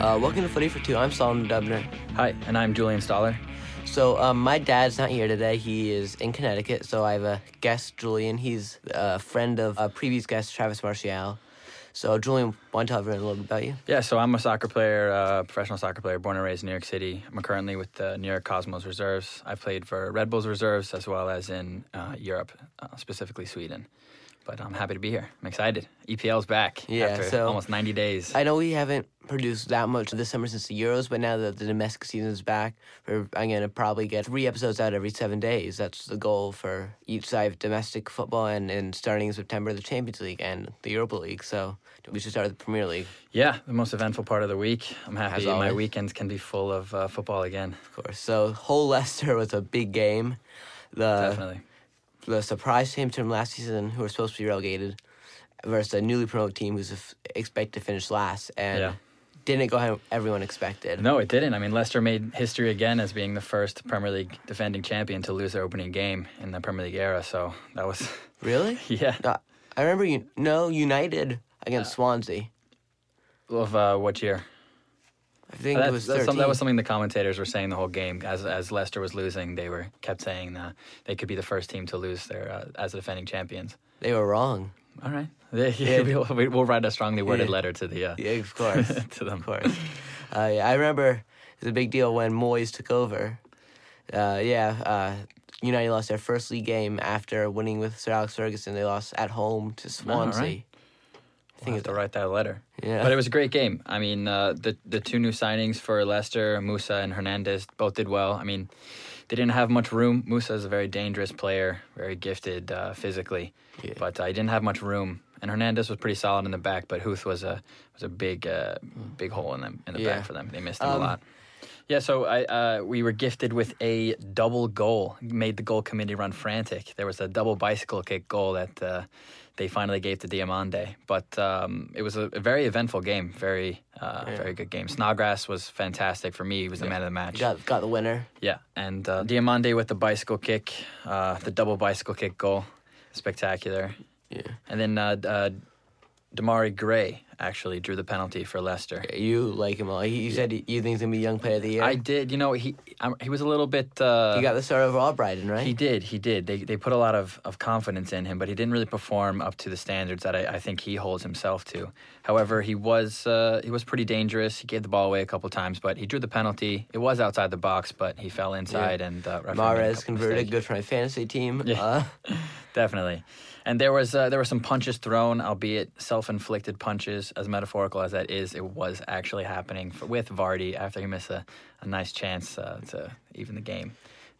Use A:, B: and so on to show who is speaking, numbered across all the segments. A: Uh, welcome to Footy for Two. I'm Solomon Dubner.
B: Hi, and I'm Julian Stoller.
A: So um, my dad's not here today. He is in Connecticut. So I have a guest, Julian. He's a friend of a previous guest, Travis Martial. So Julian, want to tell everyone a little bit about you?
B: Yeah, so I'm a soccer player, uh, professional soccer player, born and raised in New York City. I'm currently with the New York Cosmos Reserves. I played for Red Bulls Reserves as well as in uh, Europe, uh, specifically Sweden. But I'm happy to be here. I'm excited. EPL's back
A: Yeah,
B: after
A: so-
B: almost 90 days.
A: I know we haven't produced that much this summer since the Euros, but now that the domestic season is back, we're, I'm going to probably get three episodes out every seven days. That's the goal for each side of domestic football, and, and starting in September, the Champions League and the Europa League. So we should start with the Premier League,
B: yeah, the most eventful part of the week. I'm happy my
A: always.
B: weekends can be full of uh, football again.
A: of course. So Hull Leicester was a big game. The,
B: Definitely.
A: the surprise team from last season, who were supposed to be relegated, versus a newly promoted team who's f- expected to finish last and
B: Yeah.
A: didn't go how everyone expected.
B: No, it didn't. I mean, Leicester made history again as being the first Premier League defending champion to lose their opening game in the Premier League era. So that was,
A: Really?
B: yeah.
A: No, I remember you. No, United
B: Uh,
A: against Swansea.
B: Of uh, what year?
A: I think
B: That,
A: it was
B: that's
A: 13.
B: some- that was something the commentators were saying the whole game. As as Leicester was losing, they were kept saying uh, they could be the first team to lose their uh, as the defending champions.
A: They were wrong.
B: All right, we'll, we'll write a strongly worded
A: Yeah.
B: letter to the uh,
A: Yeah, of course, of
B: to them.
A: course. Uh, yeah, I remember it was a big deal when Moyes took over. Uh, yeah, uh, United lost their first league game after winning with Sir Alex Ferguson. They lost at home to Swansea.
B: right.
A: I think
B: have to write that letter.
A: Yeah.
B: But it was a great game. I mean, uh, the the two new signings for Leicester, Musa and Hernandez, both did well. I mean, they didn't have much room. Musa is a very dangerous player, very gifted uh, physically,
A: Yeah.
B: but uh, he didn't have much room. And Hernandez was pretty solid in the back, but Huth was a was a big uh, big hole in them in the
A: Yeah. Um,
B: back for them. They missed him a lot. Yeah, so I uh, we were gifted with a double goal, made the goal committee run frantic. There was a double bicycle kick goal that uh, they finally gave to Diamande, but um, it was a, a very eventful game, very uh, very good game. Snodgrass was fantastic for me; he was the man of the match.
A: got got the winner.
B: Yeah, and uh, Diamande with the bicycle kick, uh, the double bicycle kick goal, spectacular.
A: Yeah.
B: And then uh, d- uh, Damari Gray actually drew the penalty for Leicester.
A: You like him all. You said you think he's gonna be Young Player of the Year.
B: I did, you know, he I, he was a little bit. Uh,
A: you got the start overall, Brighton, right?
B: He did. He did. They they put a lot of, of confidence in him, but he didn't really perform up to the standards that I, I think he holds himself to. However, he was uh, he was pretty dangerous. He gave the ball away a couple times, but he drew the penalty. It was outside the box, but he fell inside and uh, referee made a
A: Mares
B: couple
A: converted.
B: mistakes.
A: Good for my fantasy team.
B: Yeah.
A: Uh,
B: Definitely. And there was uh, there were some punches thrown, albeit self-inflicted punches. As metaphorical as that is, it was actually happening for, with Vardy after he missed a, a nice chance uh, to even the game.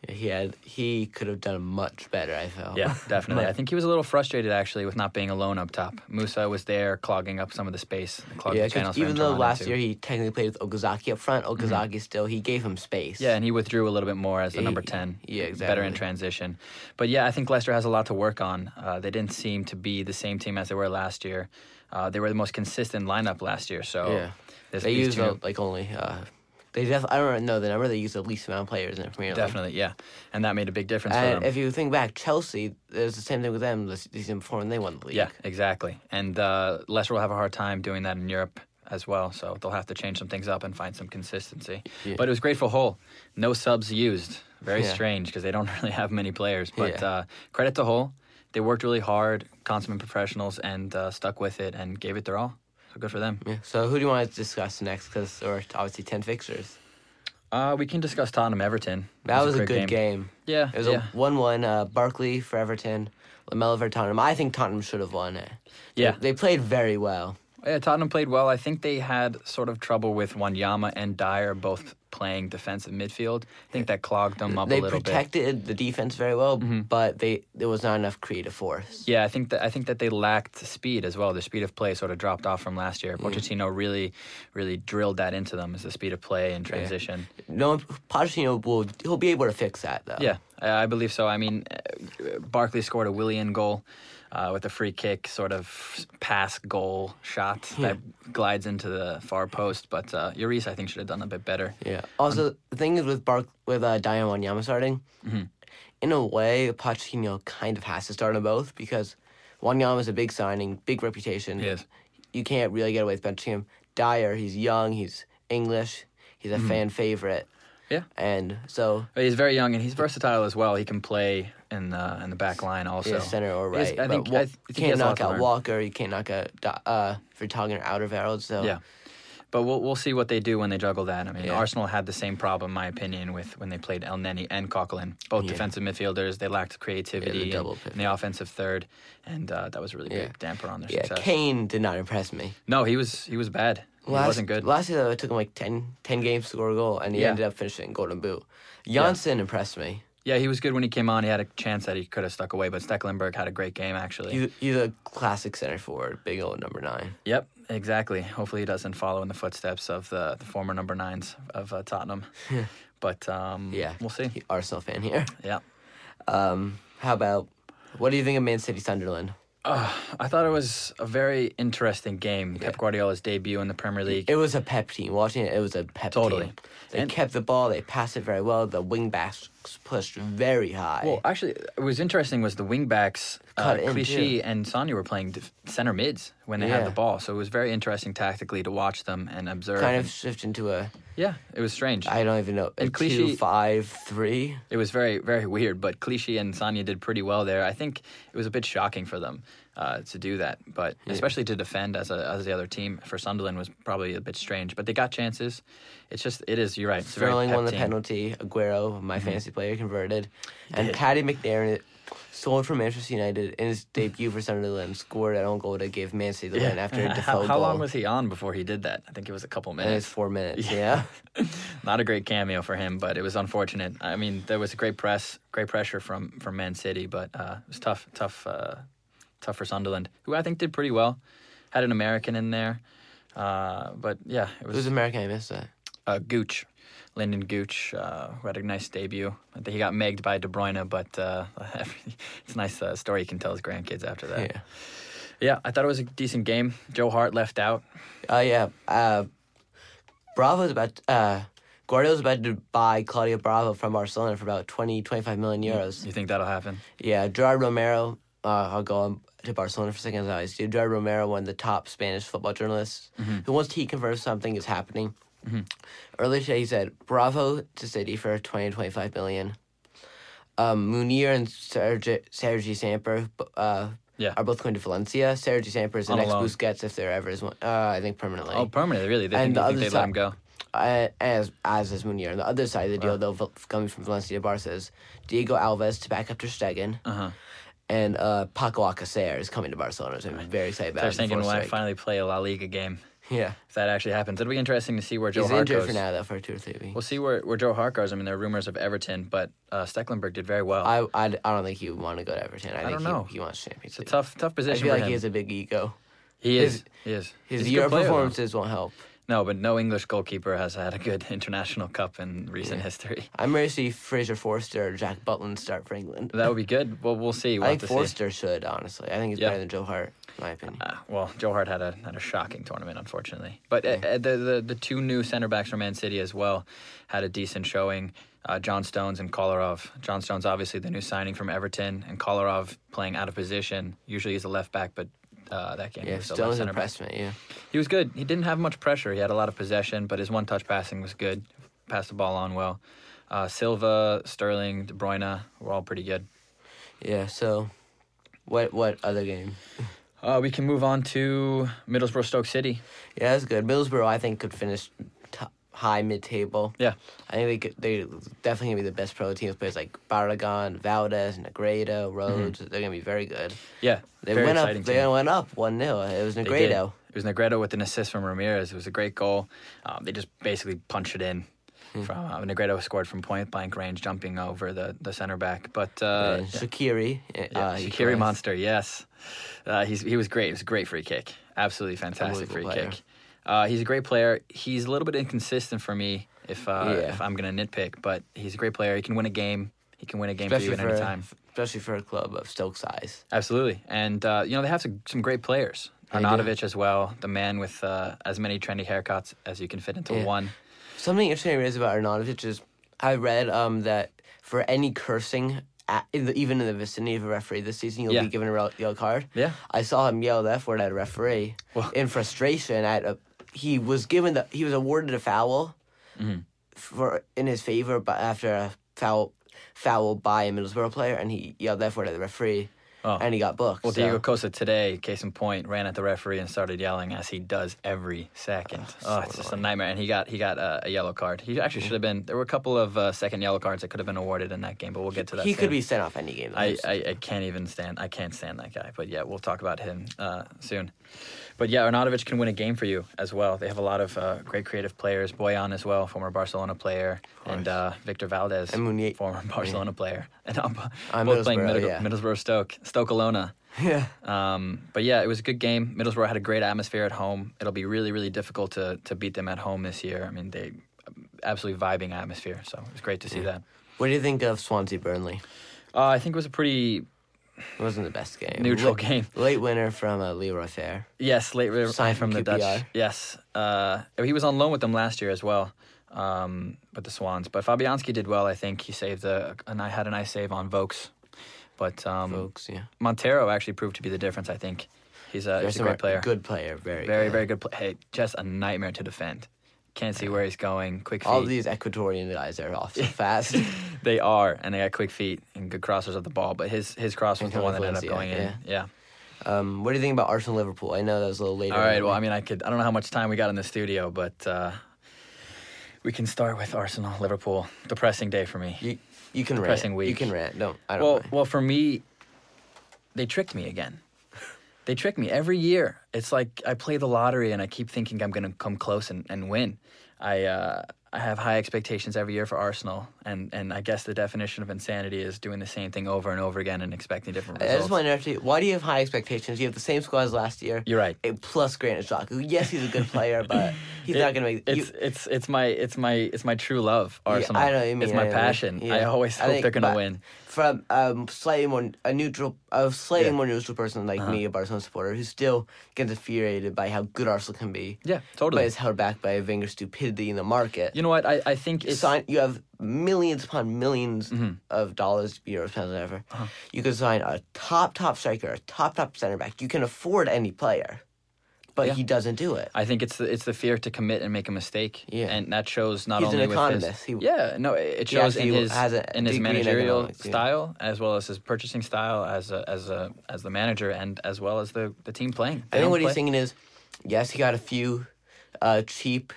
A: he had. He could have done much better. I felt.
B: Yeah, definitely. I think he was a little frustrated actually with not being alone up top. Musa was there clogging up some of the space, clogging
A: Yeah,
B: the
A: 'cause
B: channels. for
A: even
B: him to
A: though
B: run
A: last
B: into.
A: year he technically played with Okazaki up front, Okazaki still he gave him space.
B: Yeah, and he withdrew a little bit more as the
A: He-
B: number 10.
A: yeah,
B: Better in
A: exactly.
B: transition. But yeah, I think Leicester has a lot to work on. Uh, they didn't seem to be the same team as they were last year. Uh, they were the most consistent lineup last year. So
A: Yeah.
B: this,
A: they
B: these
A: used
B: two-
A: uh, like only uh, they def- I don't know the number they used the least amount of players in the Premier League.
B: Definitely, yeah. And that made a big difference for them.
A: And if you think back, Chelsea, it was the same thing with them the season before when they won the league.
B: Yeah, exactly. And uh, Leicester will have a hard time doing that in Europe as well. So they'll have to change some things up and find some consistency. But it was great for Hull. No subs used. Very
A: Yeah.
B: strange because they don't really have many players. But
A: Yeah.
B: uh, credit to Hull. They worked really hard, consummate professionals, and uh, stuck with it and gave it their all. So good for them.
A: Yeah. So who do you want to discuss next? Because there were obviously ten fixtures.
B: Uh, we can discuss Tottenham Everton.
A: That was, a good game.
B: Yeah.
A: It was
B: yeah.
A: a one-one. Uh, Barkley for Everton, Lamella for Tottenham. I think Tottenham should have won it.
B: Yeah.
A: They, they played very well.
B: Yeah, Tottenham played well. I think they had sort of trouble with Wanyama and Dyer both playing defensive midfield. I think that clogged them up
A: They
B: a little bit. Mm-hmm.
A: protected the defense very well, but they there was not enough creative force.
B: Yeah, I think that I think that they lacked speed as well. Their speed of play sort of dropped off from last year. Pochettino really, really drilled that into them as the speed of play and transition.
A: No, Pochettino will he'll be able to fix that though.
B: Yeah, I I believe so. I mean, uh, Barkley scored a Willian goal uh, with a free kick, sort of pass goal shot that glides into the far post. But uh, Lloris, I think, should have done a bit better.
A: yeah. Also, the thing is with Bark with uh, Dion Wanyama starting,
B: Mm-hmm.
A: in a way, Pochettino kind of has to start on both because Wanyama is a big signing, big reputation.
B: Yes.
A: you can't really get away with benching him. Dyer, he's young, he's English. He's a fan favorite.
B: Mm-hmm. Yeah.
A: And so
B: But he's very young and he's versatile as well. He can play in the in the back line also.
A: yeah, center or
B: He's-
A: right.
B: I think,
A: but Wa-
B: I th-
A: you
B: think he has
A: can't
B: a lot
A: knock
B: to
A: out
B: learn.
A: Walker. You can't knock out Do- uh, Vertonghen or Outerveld. So
B: Yeah. But we'll we'll see what they do when they juggle that. I mean,
A: Yeah.
B: Arsenal had the same problem, in my opinion, with when they played El Neni and Coquelin, both
A: Yeah.
B: defensive midfielders. They lacked creativity in-
A: double
B: in,
A: pivot.
B: the offensive third, and uh, that was a really
A: Yeah.
B: big damper on their
A: yeah,
B: success.
A: Kane did not impress me.
B: No, he was he was bad. He
A: Last-
B: wasn't good.
A: Last year, though, it took him like 10, 10 games to score a goal, and he
B: Yeah.
A: ended up finishing Golden Boot. Janssen impressed me.
B: Yeah, he was good when he came on. He had a chance that he could have stuck away, but Stecklenberg had a great game actually.
A: He's, he's a classic center forward, big old number nine.
B: Yep, exactly. Hopefully, he doesn't follow in the footsteps of the, the former number nines of uh, Tottenham. but um,
A: Yeah.
B: we'll see.
A: He- Arsenal fan here.
B: Yeah,
A: Um, how about, what do you think of Man City Sunderland?
B: I thought it was a very interesting game. Pep Guardiola's debut in the Premier League.
A: It was a pep team. Watching it, it was a pep
B: Totally.
A: team. They
B: And-
A: kept the ball, they passed it very well. The wing backs pushed very high.
B: Well, actually, it was interesting was the wingbacks, uh,
A: Cut in,
B: Clichy and Sonia were playing def- center mids when they had
A: Yeah.
B: the ball, so it was very interesting tactically to watch them and observe.
A: kind
B: and-
A: of shift into a,
B: yeah, it was strange.
A: I don't even know, a
B: And Clichy-
A: two, five, three.
B: It was very, very weird, but Clichy and Sonia did pretty well there. I think it was a bit shocking for them uh, to do that, but especially to defend as, a, as the other team for Sunderland was probably a bit strange. But they got chances. It's just, it is, you're right. It's a very
A: Sterling
B: pep
A: won the
B: team.
A: penalty. Aguero, my fantasy player, converted. And
B: did.
A: Paddy McNair sold from Manchester United in his debut for Sunderland, scored an own goal to give Man City the win after a
B: Yeah.
A: Defoe goal.
B: Uh, how, how long was he on before he did that? I think it was a couple
A: and it's
B: minutes.
A: four minutes. Yeah.
B: Not a great cameo for him, but it was unfortunate. I mean, there was a great press, great pressure from from Man City, but uh, it was tough, tough, uh, tough for Sunderland, who I think did pretty well. Had an American in there, uh, but yeah, it
A: It was
B: was
A: American. I missed that.
B: uh, Gooch, Lyndon Gooch, uh, who had a nice debut. I think he got megged by De Bruyne, but uh, it's a nice uh, story you can tell his grandkids after that.
A: Yeah.
B: yeah, I thought it was a decent game. Joe Hart left out.
A: Oh, yeah. Uh, Bravo's about. Uh, Guardiola's about to buy Claudio Bravo from Barcelona for about 20, 25 million
B: Mm.
A: euros.
B: You think that'll happen?
A: Yeah, Gerard Romero. Uh, I'll go on to Barcelona for a second. As I always do. Gerard Romero, one of the top Spanish football journalists,
B: Mm-hmm.
A: who once he confirms something is happening. Earlier today, he said, "Bravo to City for 20, 25 million. Um, Munir and Sergi, Sergi Samper uh,
B: Yeah.
A: are both going to Valencia. Sergi Samper is the
B: On a
A: next
B: loan.
A: Busquets if there ever is one. Uh, I think permanently.
B: Oh, permanently, really? They
A: And
B: think,
A: the
B: you think
A: other
B: they
A: side-
B: let him go.
A: Uh, as as is Munir. On the other side of the deal, though, val- coming from Valencia to Barca, is Diego Alves to back up Ter Stegen,
B: Uh-huh.
A: and uh, Paco Alcacer is coming to Barcelona. So I'm very excited about.
B: They're
A: it
B: thinking,
A: before
B: when I
A: strike.
B: finally play a La Liga game,
A: Yeah,
B: if that actually happens, it'll be interesting to see where Joe
A: he's
B: Hart
A: injured
B: goes.
A: for now though for two or three weeks.
B: We'll see where, where Joe Hart goes. I mean, there are rumors of Everton, but uh, Stecklenberg did very well.
A: I, I, I don't think he would want to go to Everton. I, think
B: don't
A: he,
B: know.
A: he wants Champions
B: it's a
A: League.
B: tough, tough
A: I
B: position
A: feel
B: for
A: like
B: him.
A: he has a big ego.
B: he is.
A: his-
B: he is.
A: His
B: He's a good
A: Euro
B: player, though.
A: performances won't help.
B: No, but no English goalkeeper has had a good international cup in recent history.
A: I'm ready to see Fraser Forster or Jack Butland start for England.
B: That would be good. Well, we'll see. We'll
A: I
B: have
A: think
B: to see.
A: Forster should honestly. I think he's
B: Yeah.
A: better than Joe Hart, in my opinion.
B: Uh, well, Joe Hart had a had a shocking tournament, unfortunately. But uh, uh, the, the the two new center backs from Man City as well had a decent showing. Uh, John Stones and Kolarov. John Stones, obviously the new signing from Everton, and Kolarov playing out of position. Usually he's a left back, but uh, that game he
A: yeah,
B: was a left
A: Stone's
B: center back.
A: impressed me. Yeah.
B: He was good. He didn't have much pressure. He had a lot of possession, but his one touch passing was good. Passed the ball on well. Uh, Silva, Sterling, De Bruyne were all pretty good.
A: Yeah. So, what what other game?
B: Uh, we can move on to Middlesbrough Stoke City.
A: Yeah, that's good. Middlesbrough, I think, could finish t- high mid table.
B: Yeah.
A: I think they could, they definitely gonna be the best pro teams. Players like Barragan, Valdez, Negredo, Rhodes. They're gonna be very good.
B: Yeah.
A: They
B: Mhm. very
A: went up.
B: exciting team.
A: They went up one 0 It was
B: They did.
A: Negredo.
B: It was Negredo with an assist from Ramirez. It was a great goal. Um, they just basically punched it in.
A: Hmm.
B: From uh, Negredo scored from point blank range, jumping over the, the center back. But uh,
A: and Shakiri. uh,
B: yeah,
A: uh, he
B: Shaqiri
A: was-
B: Monster, yes, uh, he's he was great. It was a great free kick, absolutely fantastic free
A: Unbelievable player.
B: kick. Uh, he's a great player. He's a little bit inconsistent for me if uh,
A: Yeah.
B: if I'm gonna nitpick, but he's a great player. He can win a game. He can win a game
A: Especially
B: for you
A: for,
B: at any time.
A: especially for a club of Stoke size.
B: Absolutely, and uh, you know they have some, some great players.
A: do.
B: Arnautovic as well, the man with uh, as many trendy haircuts as you can fit into
A: Yeah.
B: one.
A: Something interesting I realized about Arnautovic is I read um, that for any cursing, at, in the, even in the vicinity of a referee this season, you'll
B: Yeah.
A: be given a re- yellow card.
B: Yeah.
A: I saw him yell the F word at a referee in frustration at a, he was given the he was awarded a foul
B: Mm-hmm.
A: for in his favor, but after a foul foul by a Middlesbrough player, and he yelled that for it at the referee,
B: Oh.
A: and he got booked.
B: Well,
A: so-
B: Diego Costa today, case in point, ran at the referee and started yelling as he does every second.
A: Ah,
B: Oh, it's just a nightmare. And he got he got uh, a yellow card. He actually should have been. There were a couple of uh, second yellow cards that could have been awarded in that game, but we'll get to that.
A: he could
B: soon.
A: be sent off any game.
B: I, I, I can't even stand. I can't stand that guy. But yeah, we'll talk about him uh, soon. But yeah, Arnautovic can win a game for you as well. They have a lot of uh, great creative players. Boyan as well, former Barcelona player, and uh, Victor Valdez,
A: And Meunier.
B: former Barcelona player, and I'm
A: Uh,
B: both playing
A: Middlesbrough,
B: Middle-
A: yeah.
B: Middlesbrough Stoke, Stoke Alona.
A: yeah.
B: Um, but yeah, it was a good game. Middlesbrough had a great atmosphere at home. It'll be really, really difficult to to beat them at home this year. I mean, they absolutely vibing atmosphere. So it's great to see that.
A: What do you think of Swansea Burnley?
B: Uh, I think it was a pretty
A: It wasn't the best game.
B: Neutral
A: Late-
B: game.
A: Late winner from uh, Leroy Fair.
B: Yes, late re-
A: Signed
B: from
A: from
B: the Dutch.
A: QPR.
B: Yes, uh, he was on loan with them last year as well, um, with the Swans. But Fabianski did well. I think he saved a, and I had a nice save on Vokes. But um,
A: Folks, yeah.
B: Montero actually proved to be the difference. I think he's a, he's a great player,
A: Good player, very
B: very
A: good.
B: very good. Play- hey, just a nightmare to defend. Can't see where he's going. Quick feet.
A: All these Ecuadorian guys are off so fast.
B: they are, and they got quick feet and good crossers of the ball. But his his cross was the
A: Kevin
B: one that ended up
A: Valencia,
B: going in.
A: yeah.
B: yeah.
A: um, what do you think about Arsenal Liverpool? I know that was a little later.
B: All right.
A: in the
B: Well, I
A: week.
B: mean, I could. I don't know how much time we got in the studio, but uh, we can start with Arsenal, Liverpool. Depressing day for me.
A: you you can
B: depressing
A: rant. You
B: week.
A: can rant. No, I don't.
B: Well,
A: mind.
B: well, for me, they tricked me again. They trick me every year. It's like I play the lottery and I keep thinking I'm going to come close and, and win. I uh, I have high expectations every year for Arsenal, and, and I guess the definition of insanity is doing the same thing over and over again and expecting different
A: I
B: results.
A: just want to interrupt you. Why do you have high expectations? You have the same squad as last year.
B: You're right.
A: Eh, plus Granit Xhaka. Yes, he's a good player, but he's
B: It-
A: not going to make.
B: It's
A: you-
B: it's it's my it's my it's my true love, Arsenal.
A: I know what you
B: It's
A: mean,
B: my
A: I know.
B: passion. I
A: Yeah.
B: always
A: I
B: hope
A: think
B: they're gonna
A: ba-
B: win.
A: from um slightly more a neutral a slightly
B: Yeah. Uh-huh.
A: more neutral person like me, a Barcelona supporter, who still gets infuriated by how good Arsenal can be.
B: Yeah,
A: But
B: totally.
A: is held back by Wenger's stupidity in the market.
B: You know what? I, I think
A: You
B: it's Mm-hmm.
A: sign, you have millions upon 1000000s of dollars, euros, pounds, whatever.
B: Uh-huh.
A: You can sign a top top striker, a top top center back. You can afford any player, but
B: Yeah.
A: he doesn't do it.
B: I think it's the, it's the fear to commit and make a mistake.
A: Yeah.
B: and that shows not
A: He's an
B: only
A: economist. He-
B: with his, yeah, no, it it shows in
A: actually
B: his
A: has a
B: in
A: degree
B: his
A: in
B: managerial
A: economics, yeah.
B: style as well as his purchasing style as a, as a as the manager and as well as the, the team playing. They
A: I think
B: don't
A: what
B: play-
A: he's thinking is, yes, he got a few uh, cheap,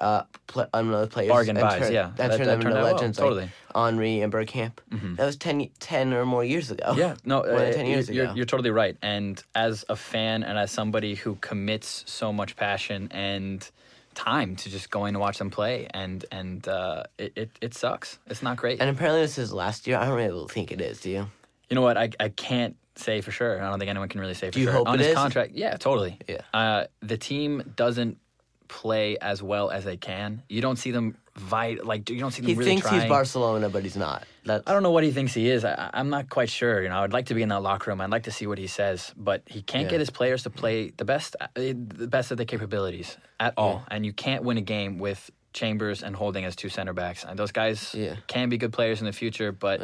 A: uh, pl- unrelated players.
B: Bargain
A: and
B: buys,
A: turn-
B: yeah.
A: That
B: That- that
A: turned them
B: turned
A: into
B: out well,
A: legends.
B: totally. Mm-hmm.
A: Like Henri and Bergkamp. That was 10, 10 or more years ago.
B: Yeah, no,
A: More than
B: uh,
A: 10
B: you-
A: years
B: you're,
A: ago.
B: you're totally right. And as a fan and as somebody who commits so much passion and time to just going to watch them play, and and uh, it, it it sucks. It's not great.
A: And apparently this is last year. I don't really think it is, do you?
B: you know what? I I can't say for sure. I don't think anyone can really say for
A: you
B: sure.
A: hope
B: On
A: it
B: his
A: is?
B: contract, yeah, totally.
A: Yeah.
B: Uh, the team doesn't play as well as they can. You don't see them vite like you don't see them
A: He
B: really
A: thinks
B: trying.
A: he's Barcelona, but he's not. That,
B: I don't know what he thinks he is. I- I, I'm not quite sure. You know, I'd like to be in that locker room. I'd like to see what he says, but he can't get his players to play the best, uh, the best of their capabilities at all. And you can't win a game with Chambers and Holding as two center backs. And those guys
A: Yeah.
B: can be good players in the future, but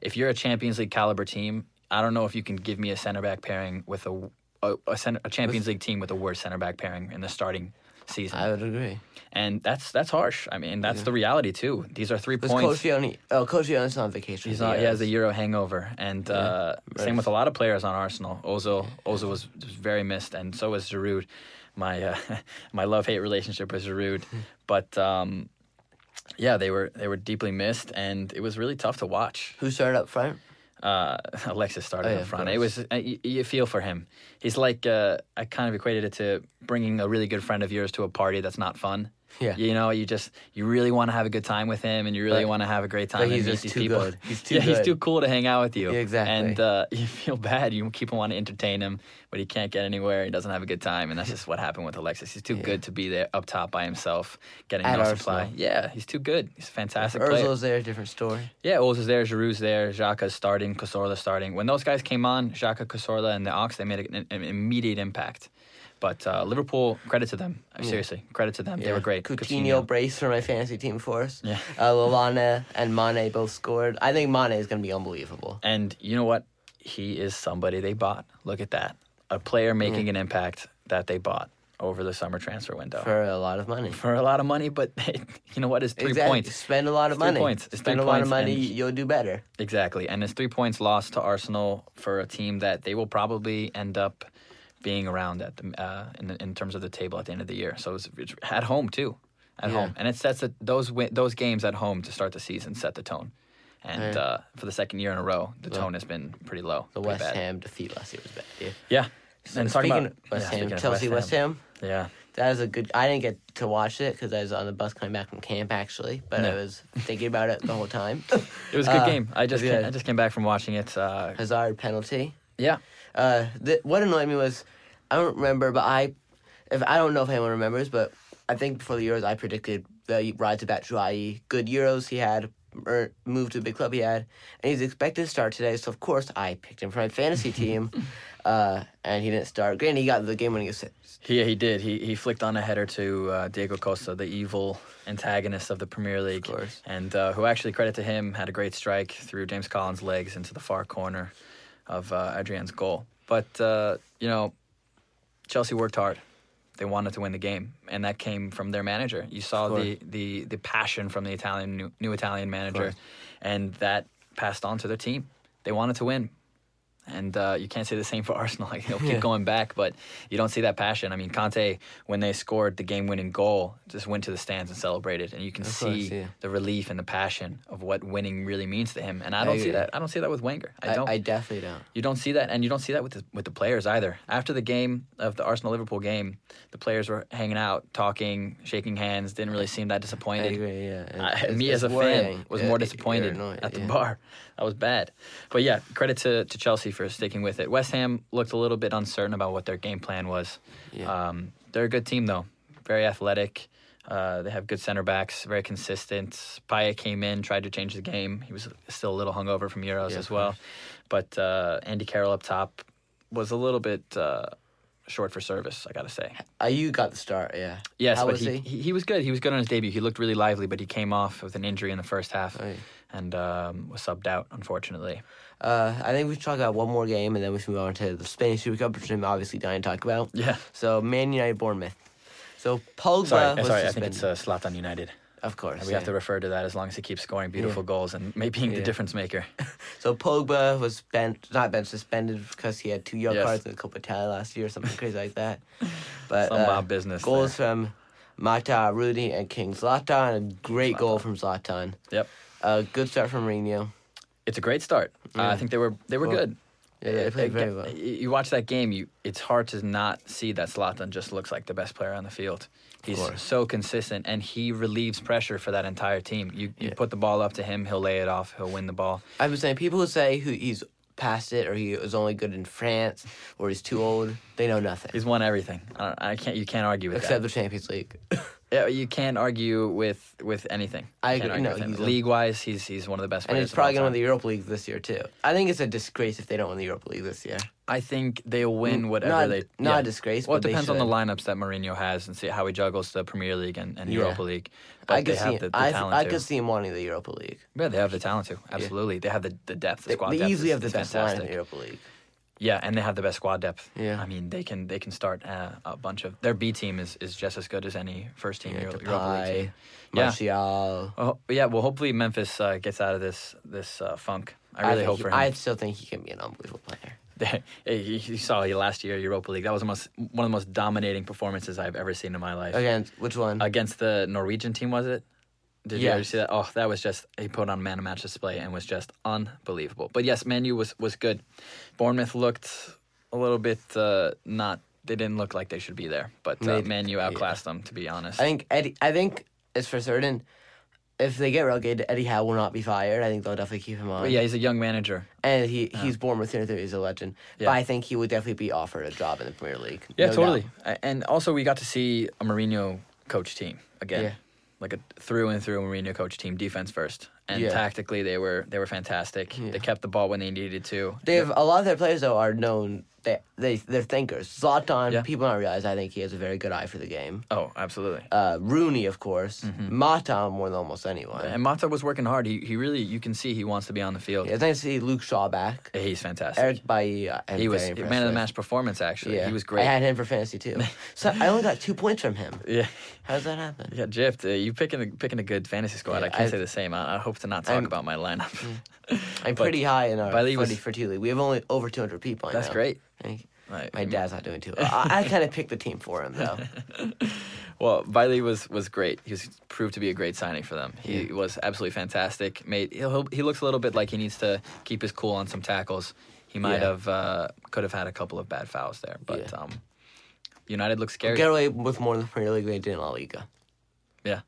B: if you're a Champions League caliber team, I don't know if you can give me a center back pairing with a a, a, center, a Champions League team with a worse center back pairing in the starting season.
A: I would agree.
B: and that's that's harsh. I mean, that's the reality too. These are three
A: Was
B: points.
A: Koscielny? Oh, Koscielny's on vacation.
B: He's
A: for the
B: not. He has
A: Euros.
B: a Euro hangover, and uh, same with a lot of players on Arsenal. Ozil, Ozil was, was very missed, and so was Giroud. My uh, my love hate relationship with Giroud, but um, yeah, they were they were deeply missed, and it was really tough to watch.
A: Who started up front?
B: Uh, Alexis started
A: Oh, yeah,
B: up
A: of
B: front. It was uh, you, you feel for him. He's like uh, I kind of equated it to bringing a really good friend of yours to a party that's not fun.
A: Yeah.
B: you know, you just you really want to have a good time with him, and you really
A: But-
B: want to have a great time.
A: but
B: and
A: he's
B: meet
A: just
B: these
A: too
B: people.
A: good. He's too
B: yeah, he's
A: good.
B: too cool to hang out with you.
A: Yeah, exactly.
B: And uh, you feel bad. You keep want to entertain him, but he can't get anywhere. He doesn't have a good time, and that's just what happened with Alexis. He's too good to be there up top by himself, getting
A: At
B: no
A: Arsenal.
B: supply. Yeah, he's too good. He's a fantastic player.
A: Urzul's there, different story.
B: Yeah, Oles is there, Giroud's there, Xhaka's starting, Casorla's starting. When those guys came on, Xhaka, Casorla, and the Ox, they made an, an immediate impact. But uh, Liverpool, credit to them. Seriously, credit to them. They were great.
A: Coutinho, brace for my fantasy team for us.
B: Yeah.
A: Uh, Lallana and Mane both scored. I think Mane is going to be unbelievable.
B: And you know what? He is somebody they bought. Look at that. A player making an impact that they bought. over the summer transfer window for,
A: for a lot of money.
B: a lot of money. But you know what? It's three
A: Exactly.
B: points
A: Spend a lot of
B: It's three
A: money.
B: points. It's
A: Spend
B: three
A: a lot of
B: points
A: money,
B: and-
A: you'll do better.
B: exactly, and it's three points lost to Arsenal for a team that they will probably end up being around at the, uh, in, the- in terms of the table at the end of the year. So it's, it's at home too, at
A: Yeah.
B: home, and it sets the, those win, those games at home to start the season set the tone. And
A: Yeah.
B: uh, for the second year in a row, the tone has been pretty low.
A: The
B: pretty
A: West
B: bad.
A: Ham defeat last year was bad. Yeah.
B: Yeah.
A: So
B: And talking
A: speaking
B: about
A: of West
B: yeah,
A: Ham,
B: speaking of
A: Chelsea, West Ham.
B: Yeah.
A: That was a good. I didn't get to watch it because I was on the bus coming back from camp actually, but I
B: No.
A: was thinking about it the whole time.
B: It was a good
A: Uh,
B: game. I just
A: yeah.
B: came, I just came back from watching it. Uh,
A: Hazard penalty.
B: yeah.
A: Uh, th- what annoyed me was I don't remember, but I, if I don't know if anyone remembers, but I think before the Euros I predicted the ride to bat Batshuayi, good Euros he had, or moved to a big club he had, and he's expected to start today. So of course I picked him for my fantasy team, uh, and he didn't start. Granted, he got the game winning assist.
B: He he did. He he flicked on a header to uh, Diego Costa, the evil antagonist of the Premier League.
A: course.
B: And uh, who actually credit to him had a great strike through James Collins' legs into the far corner of uh, Adrian's goal. But uh, you know, Chelsea worked hard. They wanted to win the game, and that came from their manager. You saw
A: course.
B: the, the the passion from the Italian new, new Italian manager, and that passed on to their team. They wanted to win, and uh, you can't say the same for Arsenal. Like, they'll keep going back, but you don't see that passion. I mean, Conte, when they scored the game-winning goal, just went to the stands and celebrated, and you can
A: course,
B: see
A: yeah.
B: the relief and the passion of what winning really means to him. And I
A: I
B: don't see
A: agree.
B: that. I don't see that with Wenger. I
A: I,
B: don't.
A: I definitely don't.
B: You don't see that, and you don't see that with the, with the players either. After the game of the Arsenal Liverpool game, the players were hanging out, talking, shaking hands. Didn't really seem that
A: I
B: disappointed.
A: agree. Yeah.
B: I-
A: It's-
B: me
A: it's
B: as a fan
A: worrying.
B: was
A: Yeah,
B: more
A: you're
B: disappointed
A: annoyed,
B: at the
A: yeah.
B: bar. That was bad. But yeah, credit to, to Chelsea for sticking with it. West Ham looked a little bit uncertain about what their game plan was.
A: Yeah.
B: Um, they're a good team though, very athletic. Uh, they have good center backs, very consistent. Paya came in, tried to change the game. He was still a little hungover from Euros
A: Yeah,
B: as
A: of
B: well. But uh, Andy Carroll up top was a little bit uh, short for service, I gotta say.
A: Uh, you got the start. Yeah.
B: Yes,
A: How
B: but
A: was
B: he,
A: he?
B: he he was good. He was good on his debut. He looked really lively, but he came off with an injury in the first half
A: Right.
B: and um, was subbed out, unfortunately.
A: Uh, I think we should talk about one more game and then we should move on to the Spanish Super Cup, which I'm obviously dying to talk about.
B: Yeah.
A: So Man United Bournemouth. So Pogba
B: Sorry,
A: was
B: sorry. I think
A: suspended.
B: it's uh, Slatan United.
A: of course.
B: We have
A: yeah.
B: to refer to that as long as he keeps scoring beautiful goals and may being the
A: Yeah.
B: difference maker.
A: So Pogba was bent, not been suspended because he had two yellow
B: Yes.
A: cards in the Copa Italia last year or something crazy like that. But
B: Some
A: uh,
B: wild business
A: Goals from Mata, Rudy, and King Zlatan. A great goal from Zlatan.
B: Yep,
A: A good start from Mourinho.
B: it's a great start. Uh, I think they were they were
A: Well,
B: good.
A: Yeah, they
B: It-
A: played
B: Uh, it-
A: very well.
B: You you watch that game, you it's hard to not see that Slatan just looks like the best player on the field. He's
A: course.
B: so consistent, and he relieves pressure for that entire team. You, you put the ball up to him, he'll lay it off, he'll win the ball.
A: I've been saying people who say who he's past it or he was only good in France or he's too old, they know nothing
B: He's won everything. I, don't- I can't. You can't argue with
A: except the Champions League.
B: that. Yeah, You can't argue with with anything.
A: I
B: You can't
A: agree.
B: argue
A: No,
B: with him.
A: he's a-
B: league-wise, he's he's one of the best
A: and
B: players.
A: it's probably
B: of
A: going to win
B: all
A: the
B: time.
A: Europa League this year too. I think it's a disgrace if they don't win the Europa League this year.
B: I think they'll win whatever
A: Mm, not-
B: they.
A: not a disgrace,
B: Well, it
A: but they
B: depends on the lineups that Mourinho has and see how he juggles the Premier League and, and
A: Yeah.
B: Europa League. But
A: I could
B: they have
A: see.
B: the, the
A: I,
B: talent
A: I
B: to.
A: could see him wanting the Europa League.
B: Yeah, they have the talent to. Absolutely, they have the, the depth. The
A: They,
B: squad
A: they
B: depth
A: easily
B: is-
A: have the
B: is
A: best line in
B: fantastic.
A: the Europa League.
B: Yeah, and they have the best squad depth.
A: Yeah.
B: I mean they can they can start uh, a bunch of their B team is, is just as good as any first team Euro- Europa League
A: Depay,
B: team. Yeah.
A: Martial.
B: Oh yeah, well hopefully Memphis uh, gets out of this this uh, funk. I
A: I
B: really
A: think
B: hope
A: he-
B: for
A: I
B: him.
A: still think he can be an unbelievable player.
B: you you saw last year Europa League. That was the most, one of the most dominating performances I've ever seen in my life.
A: Again, which one?
B: Against the Norwegian team, was it? Did you ever
A: Yes.
B: see that? Oh, that was just he put on man of match display and was just unbelievable. But yes, Manu was was good. Bournemouth looked a little bit uh, not. They didn't look like they should be there. But uh,
A: They-
B: Manu outclassed them, to be honest.
A: I think Eddie. I think it's for certain. If they get relegated, Eddie Howe will not be fired. I think they'll definitely keep him on.
B: but yeah, he's a young manager.
A: And he, he's born with theory, he's a legend.
B: Yeah.
A: But I think he would definitely be offered a job in the Premier League.
B: Yeah,
A: no doubt.
B: totally. A- And also, we got to see a Mourinho coach team again,
A: Yeah.
B: like a through and through Mourinho coach team, defense first, and
A: Yeah.
B: tactically they were they were fantastic. They kept the ball when they needed to.
A: They have a lot of their players though are known they they they're thinkers. Zlatan,
B: Yeah.
A: people don't realize. I think he has a very good eye for the game.
B: Oh, absolutely.
A: Uh, Rooney, of course,
B: Mm-hmm.
A: Mata more than almost anyone.
B: And Mata was working hard. He, he really, you can see he wants to be on the field.
A: It's nice to see Luke Shaw back.
B: He's fantastic.
A: Eric Bailly, uh, I'm
B: he was
A: very impressed
B: man of the
A: with.
B: match performance. Actually,
A: Yeah,
B: he was great.
A: I had him for fantasy too. so I only got two points from him.
B: yeah,
A: How does that happen?
B: yeah, Jift, uh, you picking a, picking a good fantasy squad.
A: Yeah,
B: I can't
A: I-
B: say the same. I, I hope to not talk
A: I'm- Mm,
B: about my lineup.
A: I'm pretty high in our
B: Bailly
A: Bailey
B: was-
A: for two league. We have only over 200 people. I
B: That's
A: know.
B: great.
A: I think
B: Like,
A: My dad's not doing too. well. I, I kind of picked the team for him though.
B: Well, Bailey was was great. He was proved to be a great signing for them. He was absolutely fantastic. Made he'll, he'll- he looks a little bit like he needs to keep his cool on some tackles. He might
A: Yeah.
B: have uh, could have had a couple of bad fouls there, but
A: Yeah.
B: um, United looks scary.
A: Get away with more in the Premier League than they did in La Liga.
B: yeah.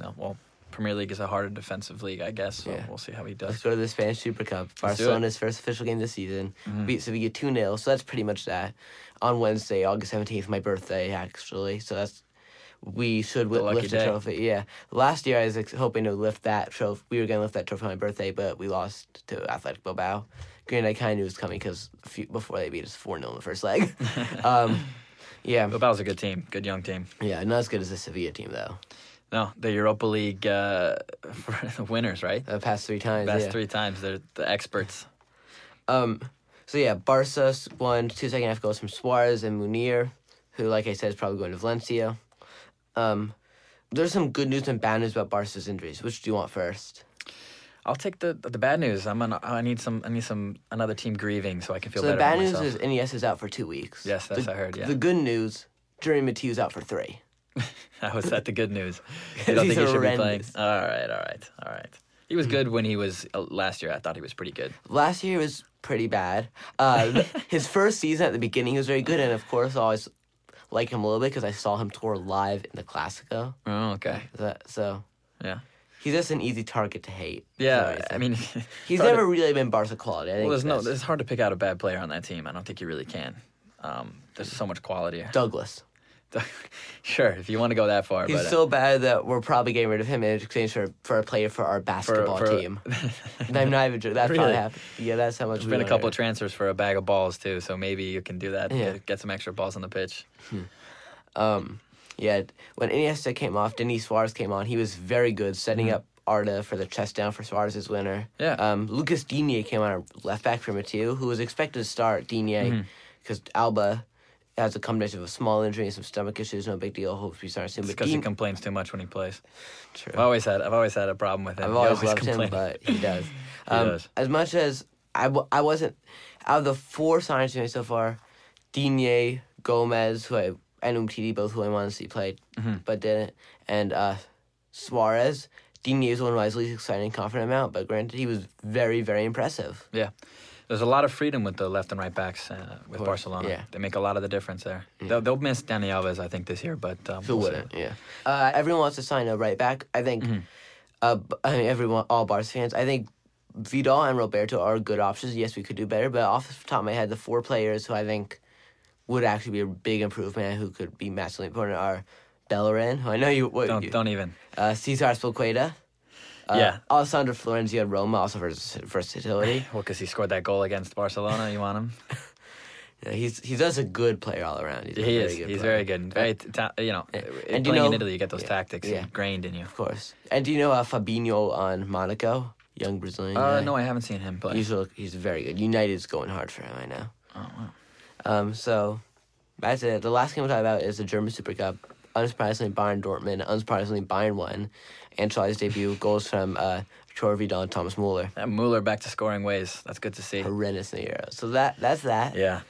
B: No, well, Premier League is a harder defensive league, I guess. So
A: Yeah.
B: we'll see how he
A: Let's
B: does.
A: go to the Spanish Super Cup.
B: do it. Mm-hmm.
A: Barcelona's first official game this season. Beat Sevilla 2 0. So that's pretty much that. On Wednesday, August 17th, my birthday, actually. So that's. We should wi-
B: lucky
A: lift the
B: day.
A: trophy. Yeah. Last year, I was ex- hoping to lift that trophy. We were going to lift that trophy on my birthday, but we lost to Athletic Bilbao. Granted, I kind of knew it was coming because few- before they beat us 4 0 in the first leg. um, yeah.
B: Bilbao's a good team, good young team.
A: Yeah. Not as good as the Sevilla team, though.
B: No, the Europa League uh, winners, right?
A: The past three times.
B: Best
A: yeah.
B: three times. They're the experts.
A: Um, so yeah, Barca s- won two second half goals from Suarez and Munir, who, like I said, is probably going to Valencia. Um, there's some good news and bad news about Barca's injuries. Which do you want first?
B: I'll take the the bad news. I'm on, I need some I need some another team grieving so I can feel
A: So the
B: better
A: bad
B: about
A: news is
B: myself.
A: Ines is out for two weeks.
B: yes, that's
A: the,
B: I heard. Yeah,
A: The good news, Jerry Mateu's out for three.
B: how is that the good news? You don't
A: These
B: think he
A: are
B: should
A: horrendous. Hmm.
B: be playing? All right, all right, all right. He was good when he was uh, last year. I thought he was pretty good.
A: Last year was pretty bad. Uh, th- his first season at the beginning he was very good, and of course I always like him a little bit because I saw him tour live in the Classico.
B: Oh, okay.
A: That- So
B: Yeah,
A: he's just an easy target to hate. for some
B: yeah.
A: reason.
B: I mean,
A: He's
B: hard to-
A: never really been Barca quality. I think
B: well, there's no.
A: that's-
B: It's hard to pick out a bad player on that team. I don't think you really can. Um, there's so much quality.
A: Douglas.
B: sure, if you want to go that far,
A: He's
B: but uh,
A: so bad that we're probably getting rid of him in exchange for, for a player for our basketball
B: for-
A: team. And I'm not even joking. That's
B: Really?
A: probably happened. Yeah, that's how much.
B: there's been a couple of transfers for a bag of balls too. So maybe you can do that.
A: Yeah.
B: Get, get some extra balls on the pitch.
A: um, yeah, when Iniesta came off, Denis Suarez came on. He was very good setting Mm-hmm. up Arda for the chest down for Suarez's winner.
B: Yeah.
A: Um, Lucas Digne came on left back for Mathieu, who was expected to start Digne because Alba has a combination of a small injury and some stomach issues. No big deal. Hopes we start soon. But
B: because he
A: Digne-
B: complains too much when he plays.
A: True.
B: I've always had I've always had a problem with him.
A: I've
B: He
A: always loved him,
B: complained.
A: but he does. Um,
B: does.
A: As much as I, w- I wasn't out of the four signings made so far, Digne, Gomez, who I and Umtiti, both who I wanted to see play but didn't, and uh, Suarez. Digne is one of my least exciting confident amount, but granted, he was very, very impressive.
B: yeah, there's a lot of freedom with the left and right backs uh, with
A: course,
B: Barcelona.
A: yeah.
B: They make a lot of the difference there. They'll, they'll miss Dani Alves, I think, this year. But um,
A: Who
B: we'll see.
A: wouldn't? Yeah. Uh, everyone wants to sign a right back. I think.
B: Mm-hmm.
A: Uh, b- I mean, everyone, all Bars fans. I think Vidal and Roberto are good options. Yes, we could do better, but off the top of my head, the four players who I think would actually be a big improvement and who could be massively important are Bellerin, who I know you. What,
B: Don't
A: you-
B: don't even.
A: Uh, Cesar Spilqueta. Uh,
B: Yeah.
A: Alessandro Florenzi and Roma also for his versatility.
B: Well, because he scored that goal against Barcelona, you want him?
A: Yeah, he's he's just a good player all around. He's a
B: He
A: very
B: is.
A: good
B: He's
A: player.
B: very good. and Very, t- ta- you know,
A: And
B: playing
A: you
B: in
A: know-
B: Italy, you get those
A: yeah,
B: tactics
A: yeah.
B: ingrained in you.
A: Of course. And do you know uh, Fabinho on Monaco, young Brazilian?
B: Uh,
A: guy?
B: no, I haven't seen him play.
A: He's look, he's very good. United's going hard for him, I know. Oh wow. Um, so that's it. The last game we'll talk about is the German Super Cup. Unsurprisingly, Bayern Dortmund. Unsurprisingly, Bayern won. Ancelotti's debut goals from uh, Chor Vidal and Thomas Muller.
B: That Mueller back to scoring ways. That's good to see.
A: Horrendous in the Euro. So that that's that.
B: Yeah.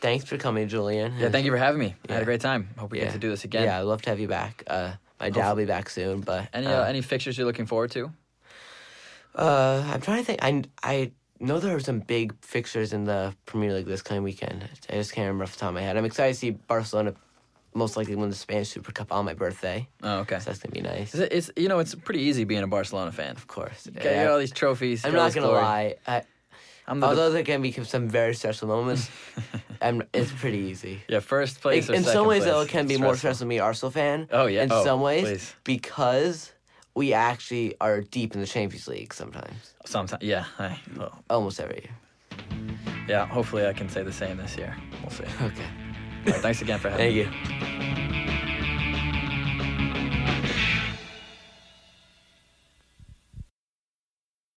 A: Thanks for coming, Julian.
B: Yeah. Thank you for having me. I had
A: Yeah.
B: a great time. Hope we get to do this again.
A: Yeah, I'd love to have you back. Uh, my dad will be back soon, but
B: Any
A: uh,
B: uh, any fixtures you're looking forward to?
A: Uh, I'm trying to think. I, I know there are some big fixtures in the Premier League this coming weekend. I just can't remember off the top of my head. I'm excited to see Barcelona most likely win the Spanish Super Cup on my birthday.
B: Oh, okay.
A: So that's gonna be nice.
B: It's, it's you know it's pretty easy being a Barcelona fan.
A: Of course.
B: You got all these trophies.
A: I'm
B: got all
A: not
B: this
A: gonna
B: glory.
A: lie. I,
B: I'm the
A: although there can be some very stressful moments, I'm, it's pretty easy.
B: yeah first place. or
A: in some
B: second
A: ways,
B: place.
A: though, it can be
B: It's
A: more
B: stressful.
A: stressful than me, Arsenal fan.
B: Oh, yeah.
A: In
B: Oh,
A: some ways,
B: please.
A: because we actually are deep in the Champions League sometimes,
B: Sometimes, yeah. I, well,
A: almost every year.
B: Yeah, hopefully I can say the same this year. We'll see.
A: Okay.
B: All right, thanks again for having
A: Thank
B: me.
A: you.